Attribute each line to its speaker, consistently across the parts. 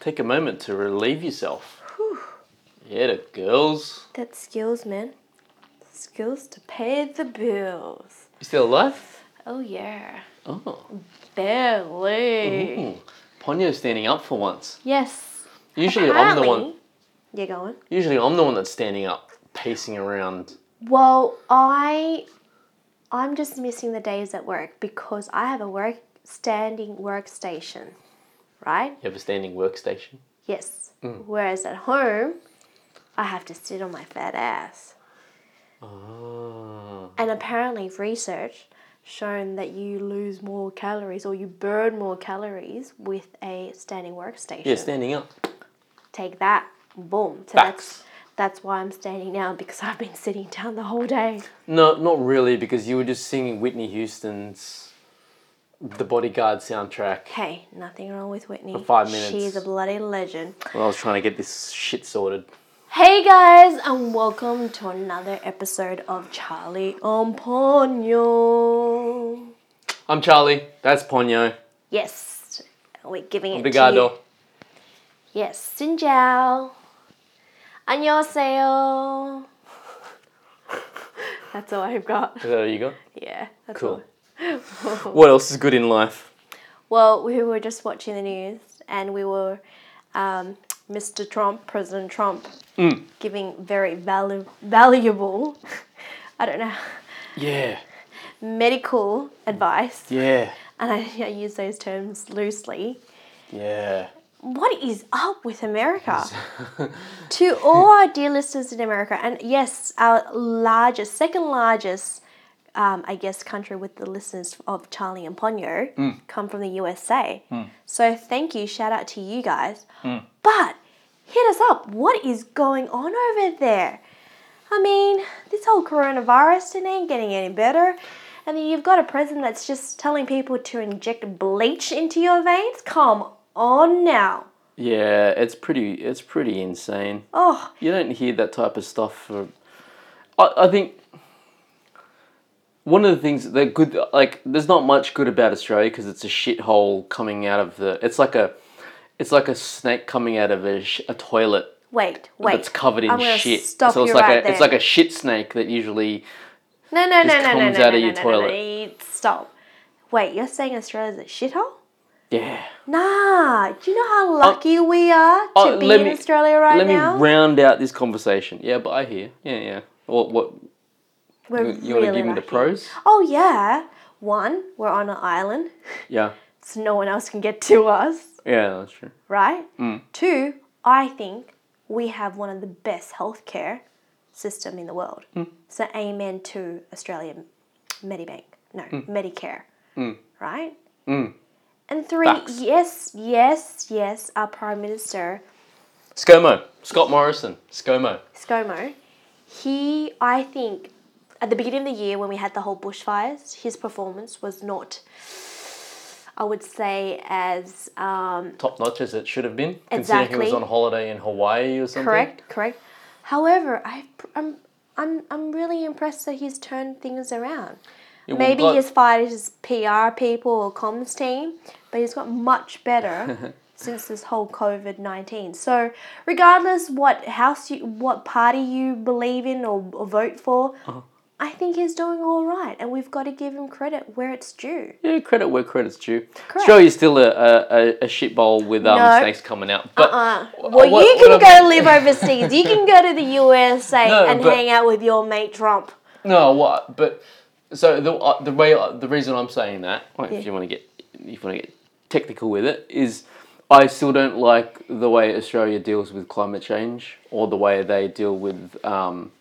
Speaker 1: Take a moment to relieve yourself. Yeah, the girls.
Speaker 2: That's skills, man. Skills to pay the bills.
Speaker 1: You still alive?
Speaker 2: Oh, yeah.
Speaker 1: Oh.
Speaker 2: Barely.
Speaker 1: Ooh. Ponyo's standing up for once.
Speaker 2: Yes.
Speaker 1: Usually I'm the one.
Speaker 2: apparently- You're going?
Speaker 1: Usually I'm the one that's standing up, pacing around.
Speaker 2: Well, I I'm just missing the days at work because I have a work standing workstation, right?
Speaker 1: You have a standing workstation.
Speaker 2: Yes.
Speaker 1: Mm.
Speaker 2: Whereas at home, I have to sit on my fat ass.
Speaker 1: Oh.
Speaker 2: And apparently, research shown that you lose more calories or you burn more calories with a standing workstation.
Speaker 1: Yeah, standing up.
Speaker 2: Take that, boom. So
Speaker 1: Facts.
Speaker 2: that's that's why I'm standing now because I've been sitting down the whole day.
Speaker 1: No, not really, because you were just singing Whitney Houston's The Bodyguard soundtrack
Speaker 2: Hey, nothing wrong with Whitney.
Speaker 1: For five minutes.
Speaker 2: She's a bloody legend.
Speaker 1: when I was trying to get this shit sorted.
Speaker 2: Hey guys, and welcome to another episode of Charlie on Ponyo.
Speaker 1: I'm Charlie. That's Ponyo.
Speaker 2: Yes, we're giving it to
Speaker 1: Obrigado.
Speaker 2: you. Yes, Sinjao. Annyeonghaseyo. That's all I've got.
Speaker 1: Is that all you got?
Speaker 2: Yeah, that's
Speaker 1: Cool.
Speaker 2: all.
Speaker 1: What else is good in life?
Speaker 2: well, we were just watching the news, and we were um, Mr. Trump, President Trump,
Speaker 1: Mm.
Speaker 2: giving very valu- valuable, I don't know.
Speaker 1: Yeah.
Speaker 2: medical advice,
Speaker 1: Yeah.
Speaker 2: and I, I use those terms loosely.
Speaker 1: Yeah.
Speaker 2: What is up with America? Ah. to all our dear listeners in America, and yes, our largest, second largest, um, I guess, country with the listeners of Charlie and Ponyo come from the USA. So thank you, shout out to you guys. But hit us up. What is going on over there? I mean, this whole coronavirus thing ain't getting any better. And then you've got a president that's just telling people to inject bleach into your veins. Come on now.
Speaker 1: Yeah, it's pretty it's pretty insane.
Speaker 2: Oh,
Speaker 1: You don't hear that type of stuff for I, I think one of the things that good like there's not much good about Australia because it's a shithole coming out of the it's like a it's like a snake coming out of a, sh- a toilet
Speaker 2: wait, wait.
Speaker 1: that's covered in
Speaker 2: I'm gonna
Speaker 1: shit.
Speaker 2: Stop
Speaker 1: so it's
Speaker 2: you
Speaker 1: like
Speaker 2: right
Speaker 1: a
Speaker 2: there.
Speaker 1: it's like a shit snake that usually
Speaker 2: no, no, no, no, no, no,
Speaker 1: comes
Speaker 2: no,
Speaker 1: out of
Speaker 2: no,
Speaker 1: your
Speaker 2: no,
Speaker 1: toilet.
Speaker 2: No, no, stop. Wait, you're saying Australia's a shithole?
Speaker 1: yeah.
Speaker 2: Nah. Do you know how lucky we are to
Speaker 1: Oh,
Speaker 2: be
Speaker 1: let
Speaker 2: in
Speaker 1: me-
Speaker 2: Australia right
Speaker 1: Let
Speaker 2: now?
Speaker 1: me round out this conversation. Yeah, but I hear. Yeah, yeah. What what
Speaker 2: we're
Speaker 1: you want to give me the
Speaker 2: lucky.
Speaker 1: pros?
Speaker 2: Oh yeah. One, we're on an island,
Speaker 1: Yeah.
Speaker 2: so no one else can get to us.
Speaker 1: Yeah, that's true.
Speaker 2: right? Two, I think we have one of the best healthcare system in the world. So amen to Australian Medibank, no Medicare, right? And three,
Speaker 1: Facts.
Speaker 2: yes, yes, yes, our Prime Minister
Speaker 1: ScoMo. Scott Morrison. ScoMo.
Speaker 2: ScoMo, he, I think, at the beginning of the year when we had the whole bushfires, his performance was not, I would say, as um,
Speaker 1: Top notch as it should have been, considering he was
Speaker 2: Exactly.
Speaker 1: on holiday in Hawaii or something.
Speaker 2: Correct, correct. However, I, I'm, I'm, I'm really impressed that he's turned things around.
Speaker 1: Yeah, well,
Speaker 2: Maybe
Speaker 1: God-
Speaker 2: he's fired his PR people or comms team, but he's got much better since this whole COVID nineteen. So, regardless what house you, what party you believe in or, or vote for,
Speaker 1: Uh-huh.
Speaker 2: I think he's doing all right, and we've got to give him credit where it's due.
Speaker 1: Yeah, credit where credit's due. Australia's still a, a, a, a shit bowl with um,
Speaker 2: No.
Speaker 1: snakes coming out. But
Speaker 2: Uh,
Speaker 1: wh-
Speaker 2: well,
Speaker 1: what-
Speaker 2: you can
Speaker 1: what
Speaker 2: go
Speaker 1: I'm-
Speaker 2: live overseas. You can go to the USA
Speaker 1: No,
Speaker 2: and
Speaker 1: but-
Speaker 2: hang out with your mate Trump.
Speaker 1: No, what? But so the uh, the way uh, the reason I'm saying that, well, if you want to get if you want to get technical with it, is I still don't like the way Australia deals with climate change or the way they deal with um,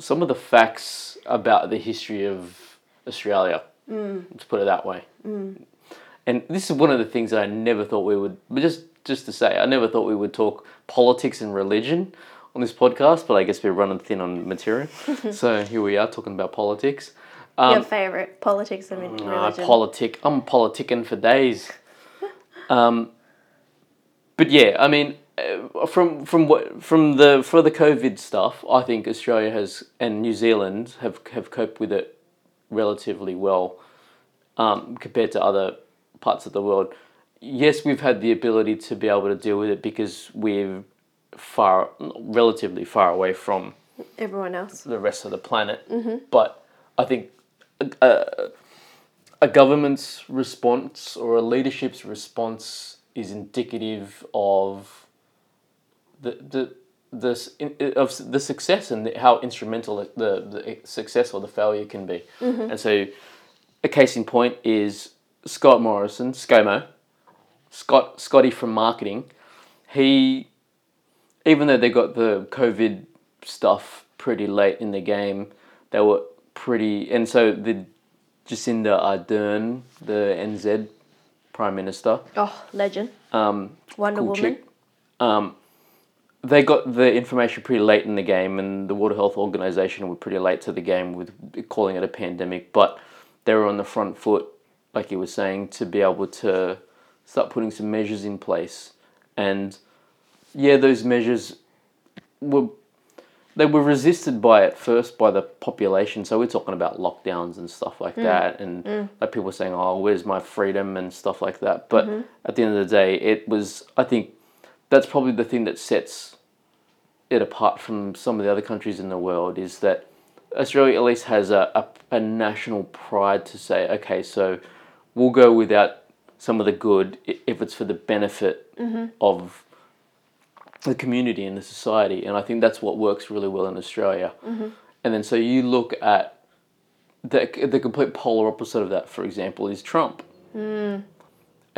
Speaker 1: some of the facts about the history of Australia. Let's put it that way. And this is one of the things that I never thought we would. But just just to say, I never thought we would talk politics and religion on this podcast. But I guess we're running thin on material, so here we are talking about politics.
Speaker 2: Your
Speaker 1: Um,
Speaker 2: favorite politics and religion.
Speaker 1: I politic. I'm politicking for days. um, but yeah, I mean, uh, from from what from the for the COVID stuff, I think Australia has and New Zealand have have coped with it relatively well um, compared to other parts of the world. yes, we've had the ability to be able to deal with it because we're far, relatively far away from
Speaker 2: Everyone else.
Speaker 1: the rest of the planet. But I think a, a government's response or a leadership's response is indicative of the the the s- in- of the success and the, how instrumental the, the success or the failure can be. And so, a case in point is Scott Morrison, ScoMo, Scott Scotty from marketing. He even though they got the COVID stuff pretty late in the game, they were pretty. And so the Jacinda Ardern, the NZ Prime Minister,
Speaker 2: Oh, legend. Um, Wonder
Speaker 1: cool
Speaker 2: Woman.
Speaker 1: chick. Um, they got the information pretty late in the game, and the World Health Organization were pretty late to the game with calling it a pandemic. But they were on the front foot, like you were saying, to be able to start putting some measures in place. And yeah, those measures were they were resisted by at first by the population. So we're talking about lockdowns and stuff like that, and like people saying, "Oh, where's my freedom?" and stuff like that. But at the end of the day, it was. I think that's probably the thing that sets it apart from some of the other countries in the world is that Australia at least has a, a, a national pride to say, okay, so we'll go without some of the good i- if it's for the benefit of the community and the society. And I think that's what works really well in Australia. And then so you look at the, the complete polar opposite of that, for example, is Trump. And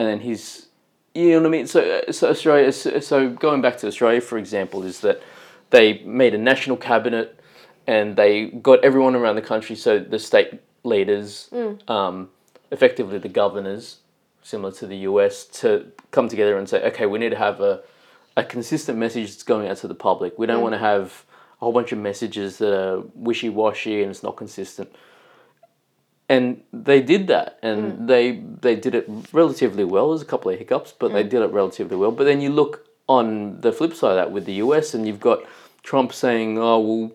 Speaker 1: then he's, you know what I mean? So, uh, so Australia, so so going back to Australia, for example, is that they made a national cabinet and they got everyone around the country, so the state leaders, um, effectively the governors, similar to the US, to come together and say, okay, we need to have a, a consistent message that's going out to the public. We don't want to have a whole bunch of messages that are wishy washy and it's not consistent. And they did that, and
Speaker 2: Hmm.
Speaker 1: they they did it relatively well. There's a couple of hiccups, but
Speaker 2: Hmm.
Speaker 1: they did it relatively well. But then you look on the flip side of that with the US, and you've got Trump saying, "Oh well,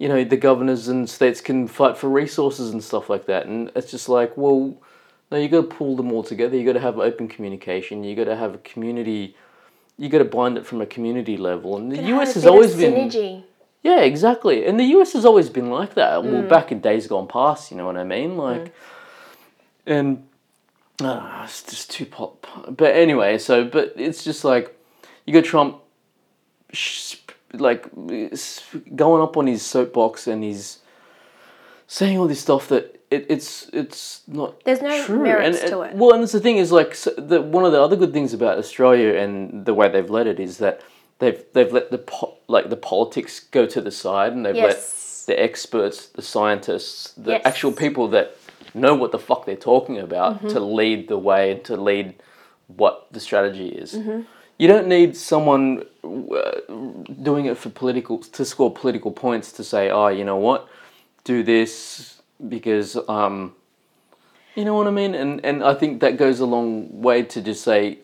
Speaker 1: you know, the governors and states can fight for resources and stuff like that. And it's just like, well, no, you got to pull them all together. You got to have open communication. You got to have a community. You got to bind it from a community level. And the
Speaker 2: But
Speaker 1: US has
Speaker 2: how big a
Speaker 1: always been,
Speaker 2: synergy.
Speaker 1: yeah, exactly. And the US has always been like that.
Speaker 2: Mm.
Speaker 1: Well, back in days gone past, you know what I mean? Like, and uh, it's just too pop. But anyway, so but it's just like you got Trump, sh- like s- going up on his soapbox and he's saying all this stuff that it, it's it's not
Speaker 2: There's no
Speaker 1: true.
Speaker 2: merits
Speaker 1: and,
Speaker 2: to
Speaker 1: and-
Speaker 2: it.
Speaker 1: Well, and that's the thing is like so the, one of the other good things about Australia and the way they've led it is that they've they've let the po- like the politics go to the side and they've
Speaker 2: Yes.
Speaker 1: let the experts, the scientists, the
Speaker 2: Yes.
Speaker 1: actual people that know what the fuck they're talking about to lead the way and to lead what the strategy is. You don't need someone uh, doing it for political to score political points to say, "Oh, you know what? Do this because um you know what I mean?" And and I think that goes a long way to just say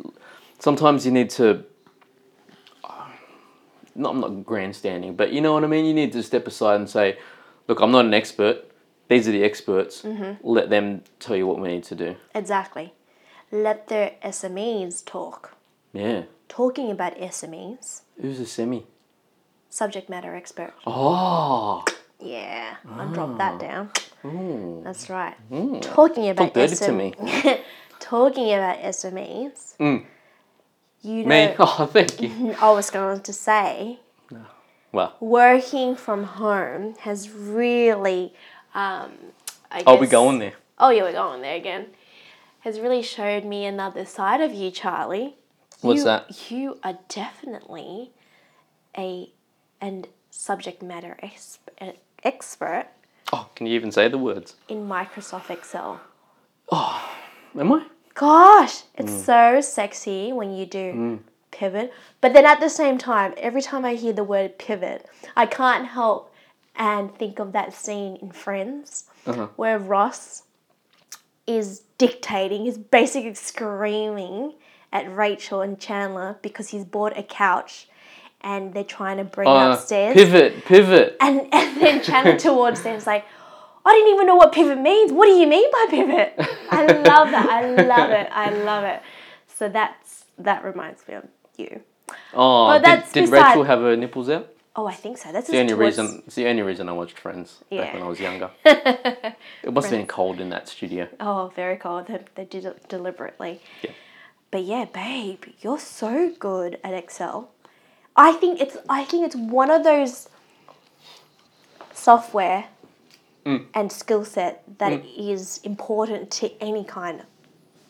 Speaker 1: sometimes you need to not, I'm not grandstanding, but you know what I mean? You need to step aside and say, look, I'm not an expert. These are the experts.
Speaker 2: Mm-hmm.
Speaker 1: Let them tell you what we need to do.
Speaker 2: Exactly. Let their SMEs talk.
Speaker 1: Yeah.
Speaker 2: Talking about SMEs,
Speaker 1: Who's a semi?
Speaker 2: subject matter expert.
Speaker 1: Oh, Ah.
Speaker 2: Yeah, I'll drop that down. That's right. Talking
Speaker 1: Mm.
Speaker 2: about
Speaker 1: talk dirty to
Speaker 2: SM
Speaker 1: me. Mm.
Speaker 2: Talking about SMEs, you know,
Speaker 1: Me? Oh, thank you.
Speaker 2: I was going to say,
Speaker 1: Well,
Speaker 2: working from home has really, um, I
Speaker 1: I'll be
Speaker 2: guess-
Speaker 1: going there.
Speaker 2: Oh yeah, we're going there again. Has really showed me another side of you, Charlie.
Speaker 1: What's
Speaker 2: you,
Speaker 1: that?
Speaker 2: You are definitely a and subject matter exp- e, expert
Speaker 1: Oh, can you even say the words?
Speaker 2: in Microsoft Excel.
Speaker 1: Am I?
Speaker 2: Gosh, it's so sexy when you do pivot. But then at the same time, every time I hear the word pivot, I can't help and think of that scene in Friends where Ross is dictating, he's basically screaming at Rachel and Chandler because he's bought a couch and they're trying to bring
Speaker 1: Uh,
Speaker 2: upstairs.
Speaker 1: pivot, pivot.
Speaker 2: And, and then Chandler towards them is like, I didn't even know what pivot means. What do you mean by pivot? I love that. I love it. I love it. So that's that reminds me of you.
Speaker 1: Oh,
Speaker 2: But
Speaker 1: did,
Speaker 2: that's
Speaker 1: did
Speaker 2: beside-
Speaker 1: Rachel have her nipples out?
Speaker 2: Oh, I think so. That's
Speaker 1: It's the only
Speaker 2: towards-
Speaker 1: reason. It's the only reason I watched Friends back
Speaker 2: Yeah.
Speaker 1: when I was younger. it must have been cold in that studio.
Speaker 2: Oh, very cold. They, they did it deliberately.
Speaker 1: Yeah.
Speaker 2: But yeah, babe, you're so good at Excel. I think it's I think it's one of those software and skill set that is important to any kind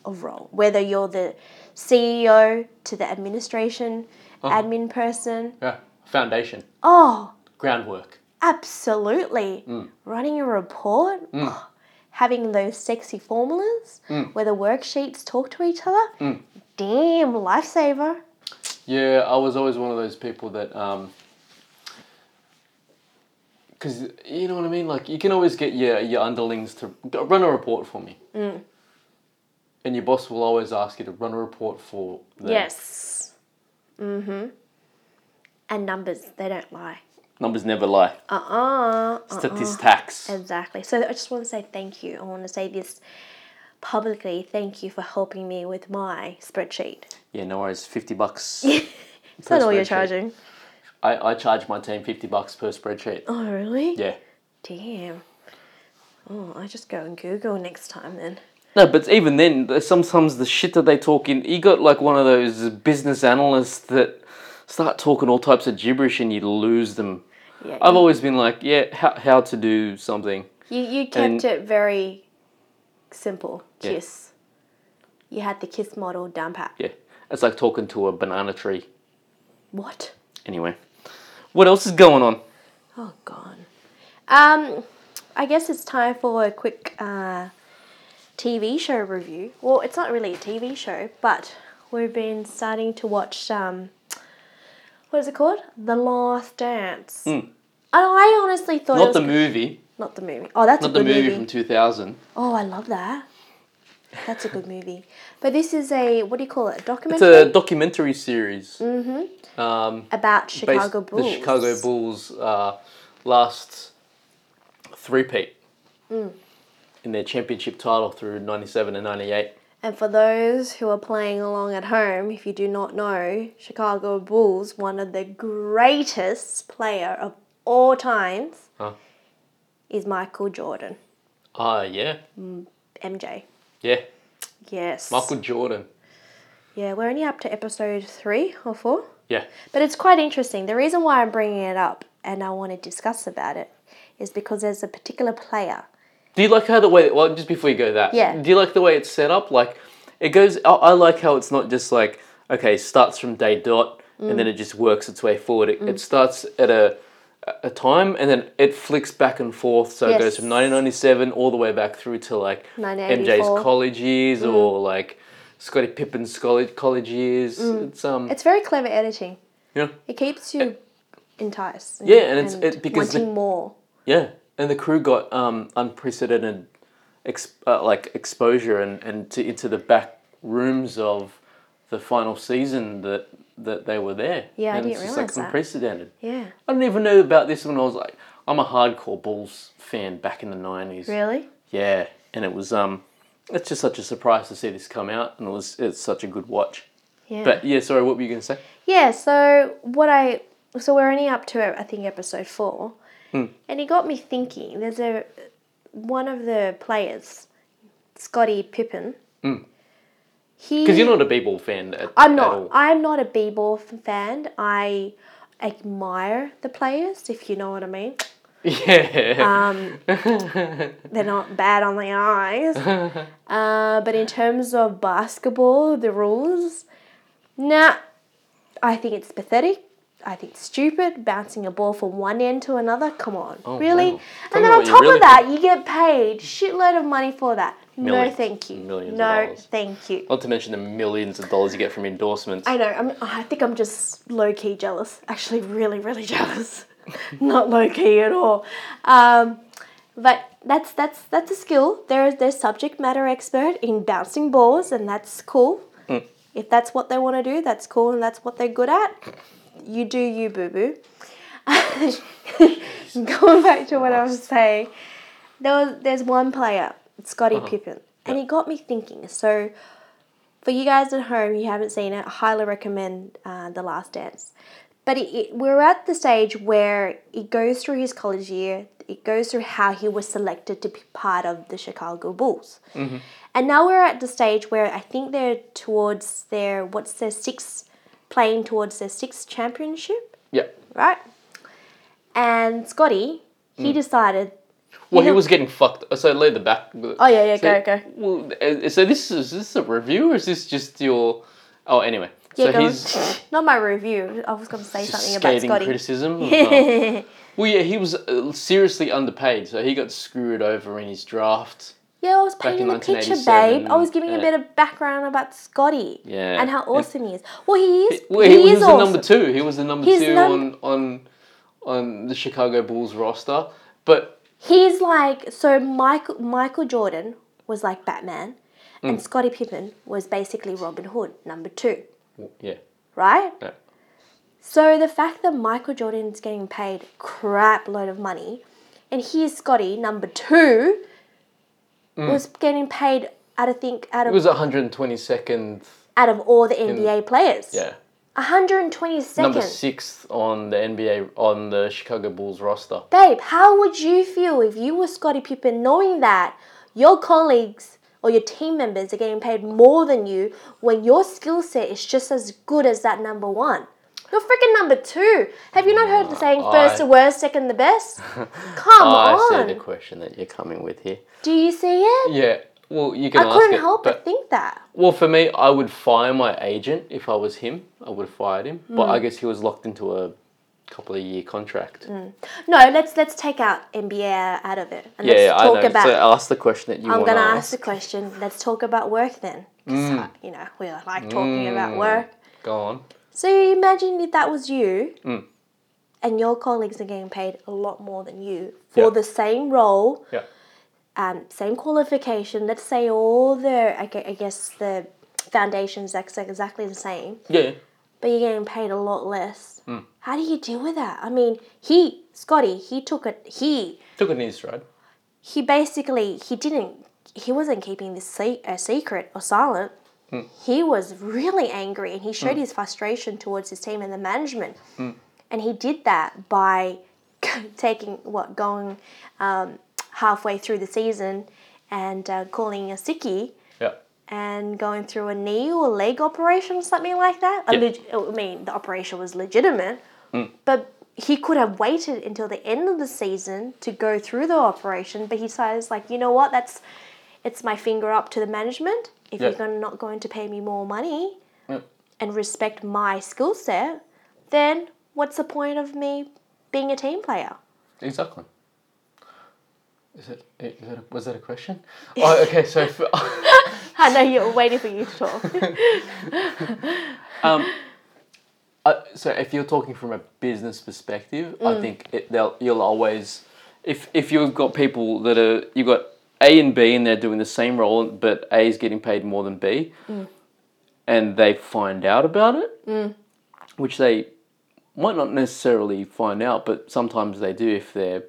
Speaker 2: of role, whether you're the CEO to the administration, admin person.
Speaker 1: Yeah, foundation,
Speaker 2: Oh,
Speaker 1: groundwork.
Speaker 2: Absolutely.
Speaker 1: Mm.
Speaker 2: Running a report, oh, having those sexy formulas
Speaker 1: Mm.
Speaker 2: where the worksheets talk to each other. Damn, lifesaver.
Speaker 1: Yeah, I was always one of those people that, um, because you know what I mean. Like you can always get your your underlings to "Go run a report for me,
Speaker 2: Mm.
Speaker 1: and your boss will always ask you to run a report for. Them.
Speaker 2: Yes. Mm-hmm. And numbers, they don't lie.
Speaker 1: numbers never lie.
Speaker 2: Uh-uh. uh
Speaker 1: Statistics.
Speaker 2: Exactly. So I just want to say thank you. I want to say this publicly. Thank you for helping me with my spreadsheet.
Speaker 1: Yeah, no worries. Fifty bucks.
Speaker 2: Is that all you're
Speaker 1: spreadsheet.
Speaker 2: charging?
Speaker 1: I, I charge my team fifty bucks per spreadsheet.
Speaker 2: Oh, really?
Speaker 1: Yeah.
Speaker 2: Damn. Oh, I just go and Google next time then.
Speaker 1: No, but even then, there's sometimes the shit that they talk in, you got like one of those business analysts that start talking all types of gibberish and you lose them.
Speaker 2: Yeah,
Speaker 1: I've
Speaker 2: you-
Speaker 1: always been like, yeah, how, how to do something.
Speaker 2: You you kept
Speaker 1: And-
Speaker 2: it very simple.
Speaker 1: Yeah.
Speaker 2: Kiss. You had the kiss model down pat.
Speaker 1: Yeah. It's like talking to a banana tree.
Speaker 2: What?
Speaker 1: Anyway, what else is going on?
Speaker 2: Oh god. Um, I guess it's time for a quick uh, TV show review. Well, it's not really a TV show, but we've been starting to watch um, what is it called? The Last Dance. And I honestly thought it
Speaker 1: Hmm. Not
Speaker 2: was
Speaker 1: the movie,
Speaker 2: not the movie. Oh, that's a
Speaker 1: not the
Speaker 2: good
Speaker 1: movie,
Speaker 2: movie.
Speaker 1: from 2000.
Speaker 2: Oh, I love that. That's a good movie. But this is a what do you call it?
Speaker 1: It's
Speaker 2: Documentary
Speaker 1: a documentary series um,
Speaker 2: about
Speaker 1: based
Speaker 2: Mm-hmm. Chicago Bulls.
Speaker 1: the Chicago Bulls uh, last three-peat
Speaker 2: Mm.
Speaker 1: in their championship title through 97 and 98.
Speaker 2: And for those who are playing along at home, if you do not know, Chicago Bulls, one of the greatest player of all times,
Speaker 1: Huh.
Speaker 2: is Michael Jordan,
Speaker 1: Ah, yeah,
Speaker 2: MJ.
Speaker 1: yeah.
Speaker 2: Yes.
Speaker 1: Michael Jordan.
Speaker 2: Yeah, we're only up to episode three or four.
Speaker 1: Yeah,
Speaker 2: But it's quite interesting. The reason why I'm bringing it up and I want to discuss about it is because there's a particular player
Speaker 1: Do you like how the way? Well, just before you go that.
Speaker 2: Yeah.
Speaker 1: Do you like the way it's set up? Like, it goes. I, I like how it's not just like okay, starts from day dot and
Speaker 2: Mm.
Speaker 1: then it just works its way forward. It, it starts at a a time and then it flicks back and forth. So it goes from
Speaker 2: Yes.
Speaker 1: 1997 all the way back through to like MJ's
Speaker 2: 1984.
Speaker 1: college years
Speaker 2: Mm.
Speaker 1: or like Scottie Pippen's college college years.
Speaker 2: Mm.
Speaker 1: It's um.
Speaker 2: It's very clever editing.
Speaker 1: you know,
Speaker 2: It keeps you enticed.
Speaker 1: Yeah, and it's- it- because the-
Speaker 2: wanting more.
Speaker 1: Yeah, and the crew got um, unprecedented, ex- uh, like exposure and, and to, into the back rooms of the final season that that they were there.
Speaker 2: Yeah, I
Speaker 1: and
Speaker 2: didn't
Speaker 1: it's
Speaker 2: realise
Speaker 1: just
Speaker 2: that.
Speaker 1: like unprecedented.
Speaker 2: Yeah.
Speaker 1: I didn't even know about this when I was like, I'm a hardcore Bulls fan back in the nineties.
Speaker 2: Really?
Speaker 1: Yeah, and it was um, it's just such a surprise to see this come out, and it was it's such a good watch.
Speaker 2: Yeah.
Speaker 1: But yeah, sorry, what were you gonna say?
Speaker 2: yeah, so what I so we're only up to I think episode 4.
Speaker 1: Hmm.
Speaker 2: And it got me thinking. There's a one of the players, Scotty Pippen.
Speaker 1: Hmm.
Speaker 2: He
Speaker 1: Because you're not a B-ball fan. At,
Speaker 2: I'm
Speaker 1: at
Speaker 2: not.
Speaker 1: all.
Speaker 2: I'm not a b-ball f- fan. I admire the players, if you know what I mean.
Speaker 1: Yeah.
Speaker 2: Um, they're not bad on the eyes. Uh, but in terms of basketball, the rules, nah, I think it's pathetic. I think it's stupid. Bouncing a ball from one end to another, come on. really?
Speaker 1: Oh, wow. Tell me
Speaker 2: And then
Speaker 1: what
Speaker 2: on
Speaker 1: you
Speaker 2: top
Speaker 1: really
Speaker 2: of that, you get paid shitload of money for that.
Speaker 1: Millions.
Speaker 2: No, thank you.
Speaker 1: Millions of
Speaker 2: no,
Speaker 1: dollars.
Speaker 2: thank you.
Speaker 1: not to mention the millions of dollars you get from endorsements.
Speaker 2: I know. I'm, I think I'm just low key jealous. Actually, really, really jealous. Not low key at all. Um, but that's that's that's a skill. They're they're subject matter expert in bouncing balls, and that's cool. If that's what they want to do, that's cool, and that's what they're good at. You do you, boo boo. Going back to what I was saying, there was, there's one player, Scotty Pippen, and it got me thinking. So for you guys at home, you haven't seen it, I highly recommend uh, The Last Dance. But it, it, we're at the stage where it goes through his college year, it goes through how he was selected to be part of the Chicago Bulls.
Speaker 1: Mm-hmm.
Speaker 2: And now we're at the stage where I think they're towards their, what's their sixth, playing towards their sixth championship,
Speaker 1: Yeah.
Speaker 2: right? And Scotty,
Speaker 1: Hmm.
Speaker 2: he decided,
Speaker 1: Well, he
Speaker 2: know-
Speaker 1: was getting fucked. So lay the back.
Speaker 2: oh, yeah, yeah,
Speaker 1: So-
Speaker 2: go, go.
Speaker 1: Well, uh, so this is, is this a review or is this just your? Oh, anyway.
Speaker 2: Yeah,
Speaker 1: so
Speaker 2: go.
Speaker 1: he's
Speaker 2: Not my review. I was going to say something about
Speaker 1: scathing
Speaker 2: Scotty.
Speaker 1: criticism. as well. well, yeah, he was uh, seriously underpaid, so he got screwed over in his draft.
Speaker 2: Yeah, I was
Speaker 1: Back
Speaker 2: painting
Speaker 1: in
Speaker 2: the picture, babe. I
Speaker 1: 1987,
Speaker 2: was giving a
Speaker 1: yeah.
Speaker 2: bit of background about Scotty.
Speaker 1: Yeah.
Speaker 2: And how
Speaker 1: It-
Speaker 2: awesome he is. Well, he is.
Speaker 1: Well,
Speaker 2: he,
Speaker 1: he, was
Speaker 2: is
Speaker 1: the
Speaker 2: awesome.
Speaker 1: number two. He was the number
Speaker 2: He's
Speaker 1: two
Speaker 2: num-
Speaker 1: on on on the Chicago Bulls roster. But
Speaker 2: He's like so. Michael Michael Jordan was like Batman,
Speaker 1: Mm.
Speaker 2: and Scottie Pippen was basically Robin Hood, number two,
Speaker 1: yeah,
Speaker 2: right?
Speaker 1: yeah.
Speaker 2: So the fact that Michael Jordan's getting paid crap load of money, and here's Scotty, number two, was getting paid. Out of think out
Speaker 1: Mm. it
Speaker 2: of
Speaker 1: was 122nd.
Speaker 2: out of all the NBA players,
Speaker 1: Yeah,
Speaker 2: 120
Speaker 1: number
Speaker 2: seconds.
Speaker 1: sixth on the NBA on the Chicago Bulls roster.
Speaker 2: Babe, how would you feel if you were Scottie Pippen knowing that your colleagues or your team members are getting paid more than you when your skill set is just as good as that number one? You're freaking number two. Have you not heard the saying
Speaker 1: I-
Speaker 2: first
Speaker 1: Oh,
Speaker 2: the worst, second the best? Come
Speaker 1: I
Speaker 2: on.
Speaker 1: see the question that you're coming with here.
Speaker 2: Do you see it?
Speaker 1: Yeah. Well, you can
Speaker 2: I
Speaker 1: ask
Speaker 2: couldn't
Speaker 1: it,
Speaker 2: help
Speaker 1: but
Speaker 2: but, think that.
Speaker 1: well, for me, I would fire my agent if I was him. I would have fired him, but I guess he was locked into a couple of year contract.
Speaker 2: No, let's let's take out NBA out of it and
Speaker 1: Yeah,
Speaker 2: let's
Speaker 1: yeah,
Speaker 2: talk
Speaker 1: I know.
Speaker 2: about
Speaker 1: so ask the question that you
Speaker 2: I'm
Speaker 1: want to
Speaker 2: gonna ask
Speaker 1: ask. Mm.
Speaker 2: the question. Let's talk about work then, 'Cause, uh, you know we like talking about work.
Speaker 1: Go on.
Speaker 2: So you imagine if that was you, and your colleagues are getting paid a lot more than you for
Speaker 1: Yeah.
Speaker 2: the same role,
Speaker 1: Yeah.
Speaker 2: um, same qualification. Let's say all the I gue- I guess the foundations ex- exactly the same,
Speaker 1: Yeah.
Speaker 2: but you're getting paid a lot less. How do you deal with that? I mean, he Scotty, he took it. He
Speaker 1: Took it in his stride.
Speaker 2: he basically he didn't he wasn't keeping this se- a secret or silent. He was really angry and he showed his frustration towards his team and the management. And he did that by taking what going um, halfway through the season and uh, calling a sickie
Speaker 1: Yeah.
Speaker 2: and going through a knee or leg operation or something like that. A
Speaker 1: Yeah.
Speaker 2: leg- oh, I mean, the operation was legitimate,
Speaker 1: Hmm.
Speaker 2: but he could have waited until the end of the season to go through the operation. But he decides, like, you know what? That's it's my finger up to the management. If
Speaker 1: Yeah.
Speaker 2: you're gonna, not going to pay me more money
Speaker 1: Yeah.
Speaker 2: and respect my skill set, then what's the point of me being a team player?
Speaker 1: Exactly. Is it? Is that a, was that a question? oh, okay. So. For,
Speaker 2: I know you're waiting for you to talk.
Speaker 1: Uh, so if you're talking from a business perspective, I think it, they'll you'll always if if you've got people that are you've got A and B and they're doing the same role, but A is getting paid more than B, and they find out about it, which they might not necessarily find out, but sometimes they do if they're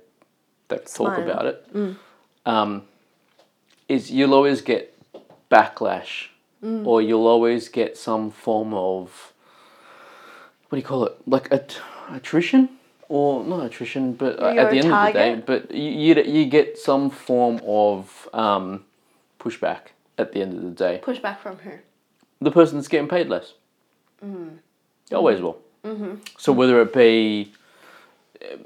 Speaker 1: they talk
Speaker 2: Smart.
Speaker 1: about it. Um, is you'll always get backlash,
Speaker 2: Mm.
Speaker 1: or you'll always get some form of what do you call it? Like a, attrition, or not attrition, but uh,
Speaker 2: You're
Speaker 1: at the
Speaker 2: a
Speaker 1: end
Speaker 2: target?
Speaker 1: of the day, but you you, you get some form of um, pushback at the end of the day.
Speaker 2: Push back from who?
Speaker 1: The person that's getting paid less,
Speaker 2: Mm.
Speaker 1: They always will.
Speaker 2: Mm-hmm.
Speaker 1: So whether it be uh,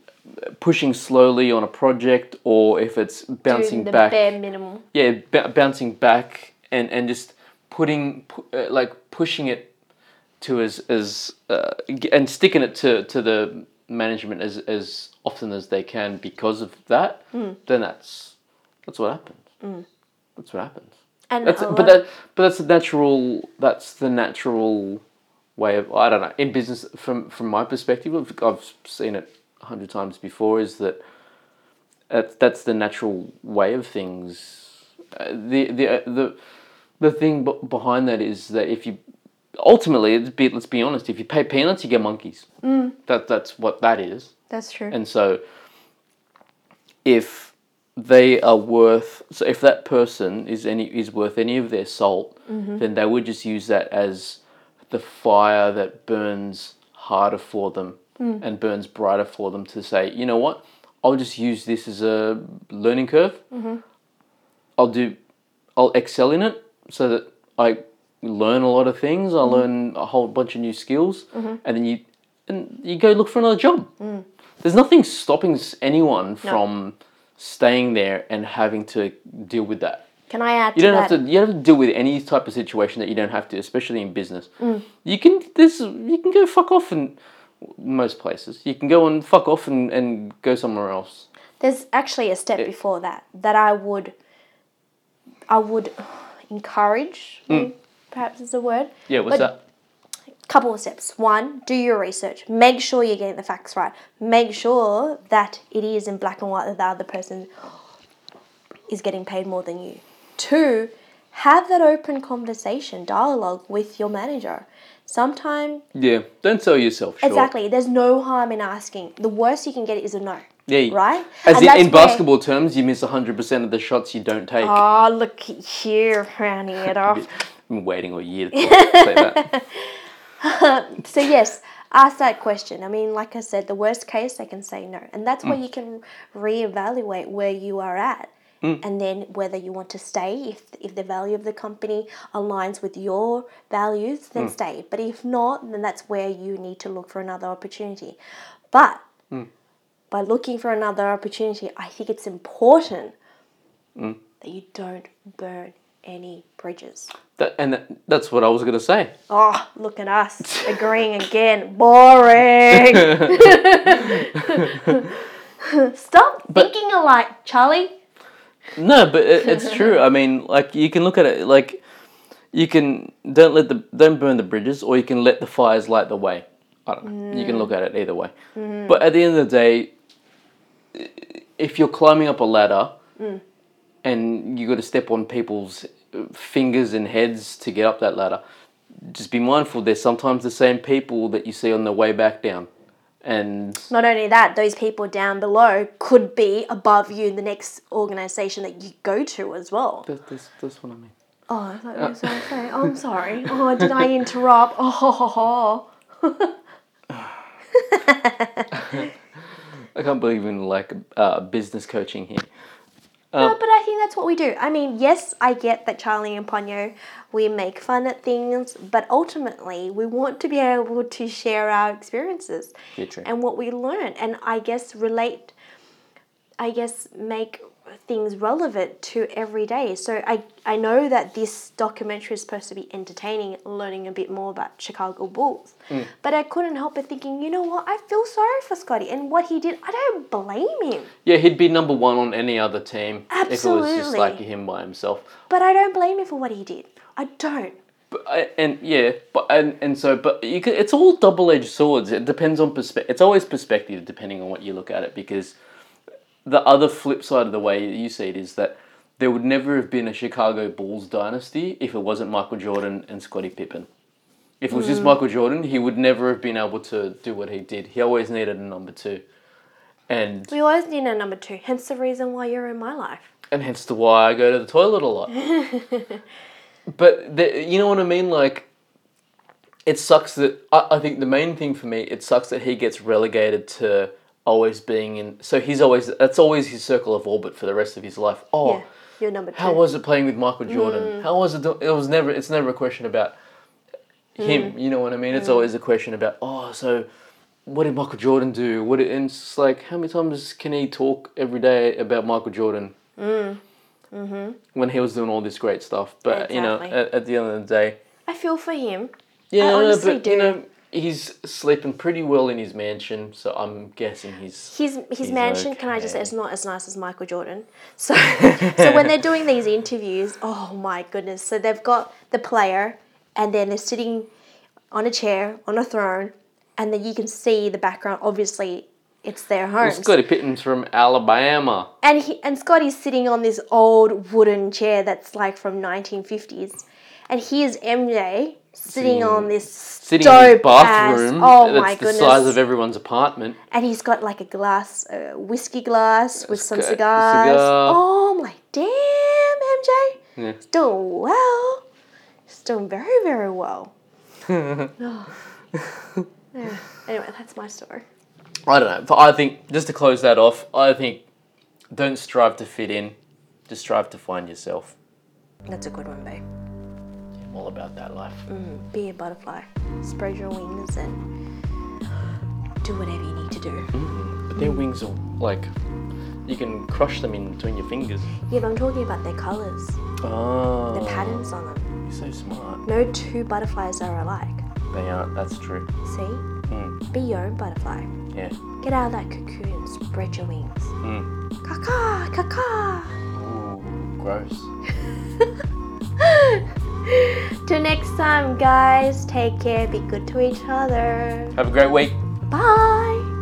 Speaker 1: pushing slowly on a project, or if it's bouncing
Speaker 2: Doing the
Speaker 1: back,
Speaker 2: bare minimum.
Speaker 1: yeah, b- bouncing back and and just putting pu- uh, like pushing it to as as uh, g- and sticking it to to the management as as often as they can because of that. Then that's that's what happens. That's what happens.
Speaker 2: And
Speaker 1: That's
Speaker 2: a
Speaker 1: but
Speaker 2: lot-
Speaker 1: that but that's the natural that's the natural way of I don't know in business from from my perspective I've, I've seen it a hundred times before is that that's that's the natural way of things uh, the the uh, the the thing b- behind that is that if you ultimately it's be, let's be honest if you pay peanuts you get monkeys
Speaker 2: Mm.
Speaker 1: that that's what that is
Speaker 2: that's true.
Speaker 1: and so if they are worth so if that person is any is worth any of their salt then they would just use that as the fire that burns harder for them and burns brighter for them to say you know what i'll just use this as a learning curve i'll do i'll excel in it so that i learn a lot of things i learn a whole bunch of new skills and then you and you go look for another job there's nothing stopping s- anyone from staying there and having to deal with that.
Speaker 2: Can I add
Speaker 1: You
Speaker 2: to
Speaker 1: don't
Speaker 2: that?
Speaker 1: have to. You don't have to deal with any type of situation that you don't have to, especially in business.
Speaker 2: Mm.
Speaker 1: You can this. You can go fuck off and most places. You can go and fuck off and, and go somewhere else.
Speaker 2: There's actually a step before that that I would I would encourage, maybe perhaps is the word.
Speaker 1: Yeah, what's
Speaker 2: But-
Speaker 1: that?
Speaker 2: couple of steps. One, do your research. Make sure you're getting the facts right. Make sure that it is in black and white that the other person is getting paid more than you. Two, have that open conversation, dialogue with your manager. Sometimes,
Speaker 1: Yeah, don't sell yourself short.
Speaker 2: exactly, there's no harm in asking. The worst you can get is a no.
Speaker 1: Yeah, you-
Speaker 2: Right?
Speaker 1: As
Speaker 2: And
Speaker 1: in,
Speaker 2: that's
Speaker 1: in
Speaker 2: where-
Speaker 1: basketball terms, you miss hundred percent of the shots you don't take.
Speaker 2: Oh, look at you, rounding it off.
Speaker 1: I've been waiting all year to say that.
Speaker 2: So yes, ask that question. I mean, like I said, the worst case they can say no, and that's where you can reevaluate where you are at, and then whether you want to stay. If if the value of the company aligns with your values, then stay. But if not, then that's where you need to look for another opportunity. But by looking for another opportunity, I think it's important that you don't burn any bridges.
Speaker 1: that and that, that's what I was gonna say.
Speaker 2: Oh, look at us agreeing again. Boring. Stop thinking alike, Charlie.
Speaker 1: No, but it, it's true. I mean, like you can look at it like you can don't let the don't burn the bridges, or you can let the fires light the way. I don't know. You can look at it either way. But at the end of the day, i- if you're climbing up a ladder and you got to step on people's uh, fingers and heads to get up that ladder, just be mindful. There's sometimes the same people that you see on the way back down, and
Speaker 2: Not only that, those people down below could be above you in the next organization that you go to as well.
Speaker 1: that's that's, that's what I mean.
Speaker 2: Oh, I thought you were going to say. Oh, I'm sorry. Oh, did I interrupt? Oh, ho, ho, ho.
Speaker 1: I can't believe in like uh, business coaching here. Um,
Speaker 2: No, but I think that's what we do. I mean, yes, I get that Charlie and Ponyo, we make fun at things, but ultimately we want to be able to share our experiences
Speaker 1: Yeah, true.
Speaker 2: and what we learn, and I guess relate, I guess make things relevant to every day. So I I know that this documentary is supposed to be entertaining, learning a bit more about Chicago Bulls,
Speaker 1: Mm.
Speaker 2: but I couldn't help but thinking, you know what? I feel sorry for Scotty and what he did. I don't blame him.
Speaker 1: Yeah, he'd be number one on any other team if it was just
Speaker 2: Absolutely.
Speaker 1: like him by himself.
Speaker 2: But I don't blame him for what he did. I don't.
Speaker 1: But, I- and yeah, but and, and so but you could, it's all double edged swords. It depends on perspective. It's always perspective depending on what you look at it because the other flip side of the way that you see it is that there would never have been a Chicago Bulls dynasty if it wasn't Michael Jordan and Scottie Pippen. If it was just Michael Jordan, he would never have been able to do what he did. He always needed a number two. And
Speaker 2: We always need a number two, hence the reason why you're in my life.
Speaker 1: and hence the why I go to the toilet a lot. but the, you know what I mean? Like, it sucks that I, I think the main thing for me it sucks that he gets relegated to always being in. So he's always that's always his circle of orbit for the rest of his life. Oh,
Speaker 2: Yeah, you're number two.
Speaker 1: how was it playing with Michael Jordan?
Speaker 2: Mm.
Speaker 1: How was it? do- It was never. It's never a question about him.
Speaker 2: Mm.
Speaker 1: You know what I mean? It's always a question about oh, so what did Michael Jordan do? What? Did, and it's just like how many times can he talk every day about Michael Jordan? Mm. Mm-hmm. When he was doing all this great stuff, but you know,
Speaker 2: Exactly.
Speaker 1: at, at the end of the day,
Speaker 2: I feel for him.
Speaker 1: yeah, no, no,
Speaker 2: honestly
Speaker 1: but
Speaker 2: do.
Speaker 1: you know, he's sleeping pretty well in his mansion, so I'm guessing he's.
Speaker 2: His his mansion, can I just say,
Speaker 1: okay.
Speaker 2: it's not as nice as Michael Jordan. So so when they're doing these interviews, oh my goodness! So they've got the player, and then they're sitting on a chair on a throne, and then you can see the background. Obviously, it's their home.
Speaker 1: Scotty Pitten's from Alabama.
Speaker 2: and he and Scotty's sitting on this old wooden chair that's like from 1950s, and here's MJ sitting on this
Speaker 1: Sitting in his
Speaker 2: dope ass-
Speaker 1: bathroom
Speaker 2: Oh
Speaker 1: that's
Speaker 2: my
Speaker 1: the
Speaker 2: goodness!
Speaker 1: size of everyone's apartment.
Speaker 2: and he's got like a glass, a whiskey glass with some
Speaker 1: got a
Speaker 2: cigars.
Speaker 1: cigar.
Speaker 2: Oh, I'm like, damn, MJ,
Speaker 1: Yeah.
Speaker 2: he's doing well. He's doing very, very well. Oh. Yeah. Anyway, that's my story.
Speaker 1: I don't know. But I think just to close that off, I think don't strive to fit in, just strive to find yourself.
Speaker 2: That's a good one, babe.
Speaker 1: I'm all about that life.
Speaker 2: Be a butterfly, spread your wings, and do whatever you need to do.
Speaker 1: But their wings are like you can crush them in between your fingers.
Speaker 2: Yeah, but I'm talking about their colors,
Speaker 1: Oh,
Speaker 2: the patterns on them.
Speaker 1: You're so smart.
Speaker 2: No two butterflies are alike.
Speaker 1: They aren't. That's true.
Speaker 2: See? Be your own butterfly.
Speaker 1: Yeah.
Speaker 2: Get out of that cocoon and spread your wings.
Speaker 1: Mm.
Speaker 2: Caca, caca.
Speaker 1: Ooh, gross.
Speaker 2: Till next time, guys. Take care. Be good to each other.
Speaker 1: Have a great week.
Speaker 2: Bye.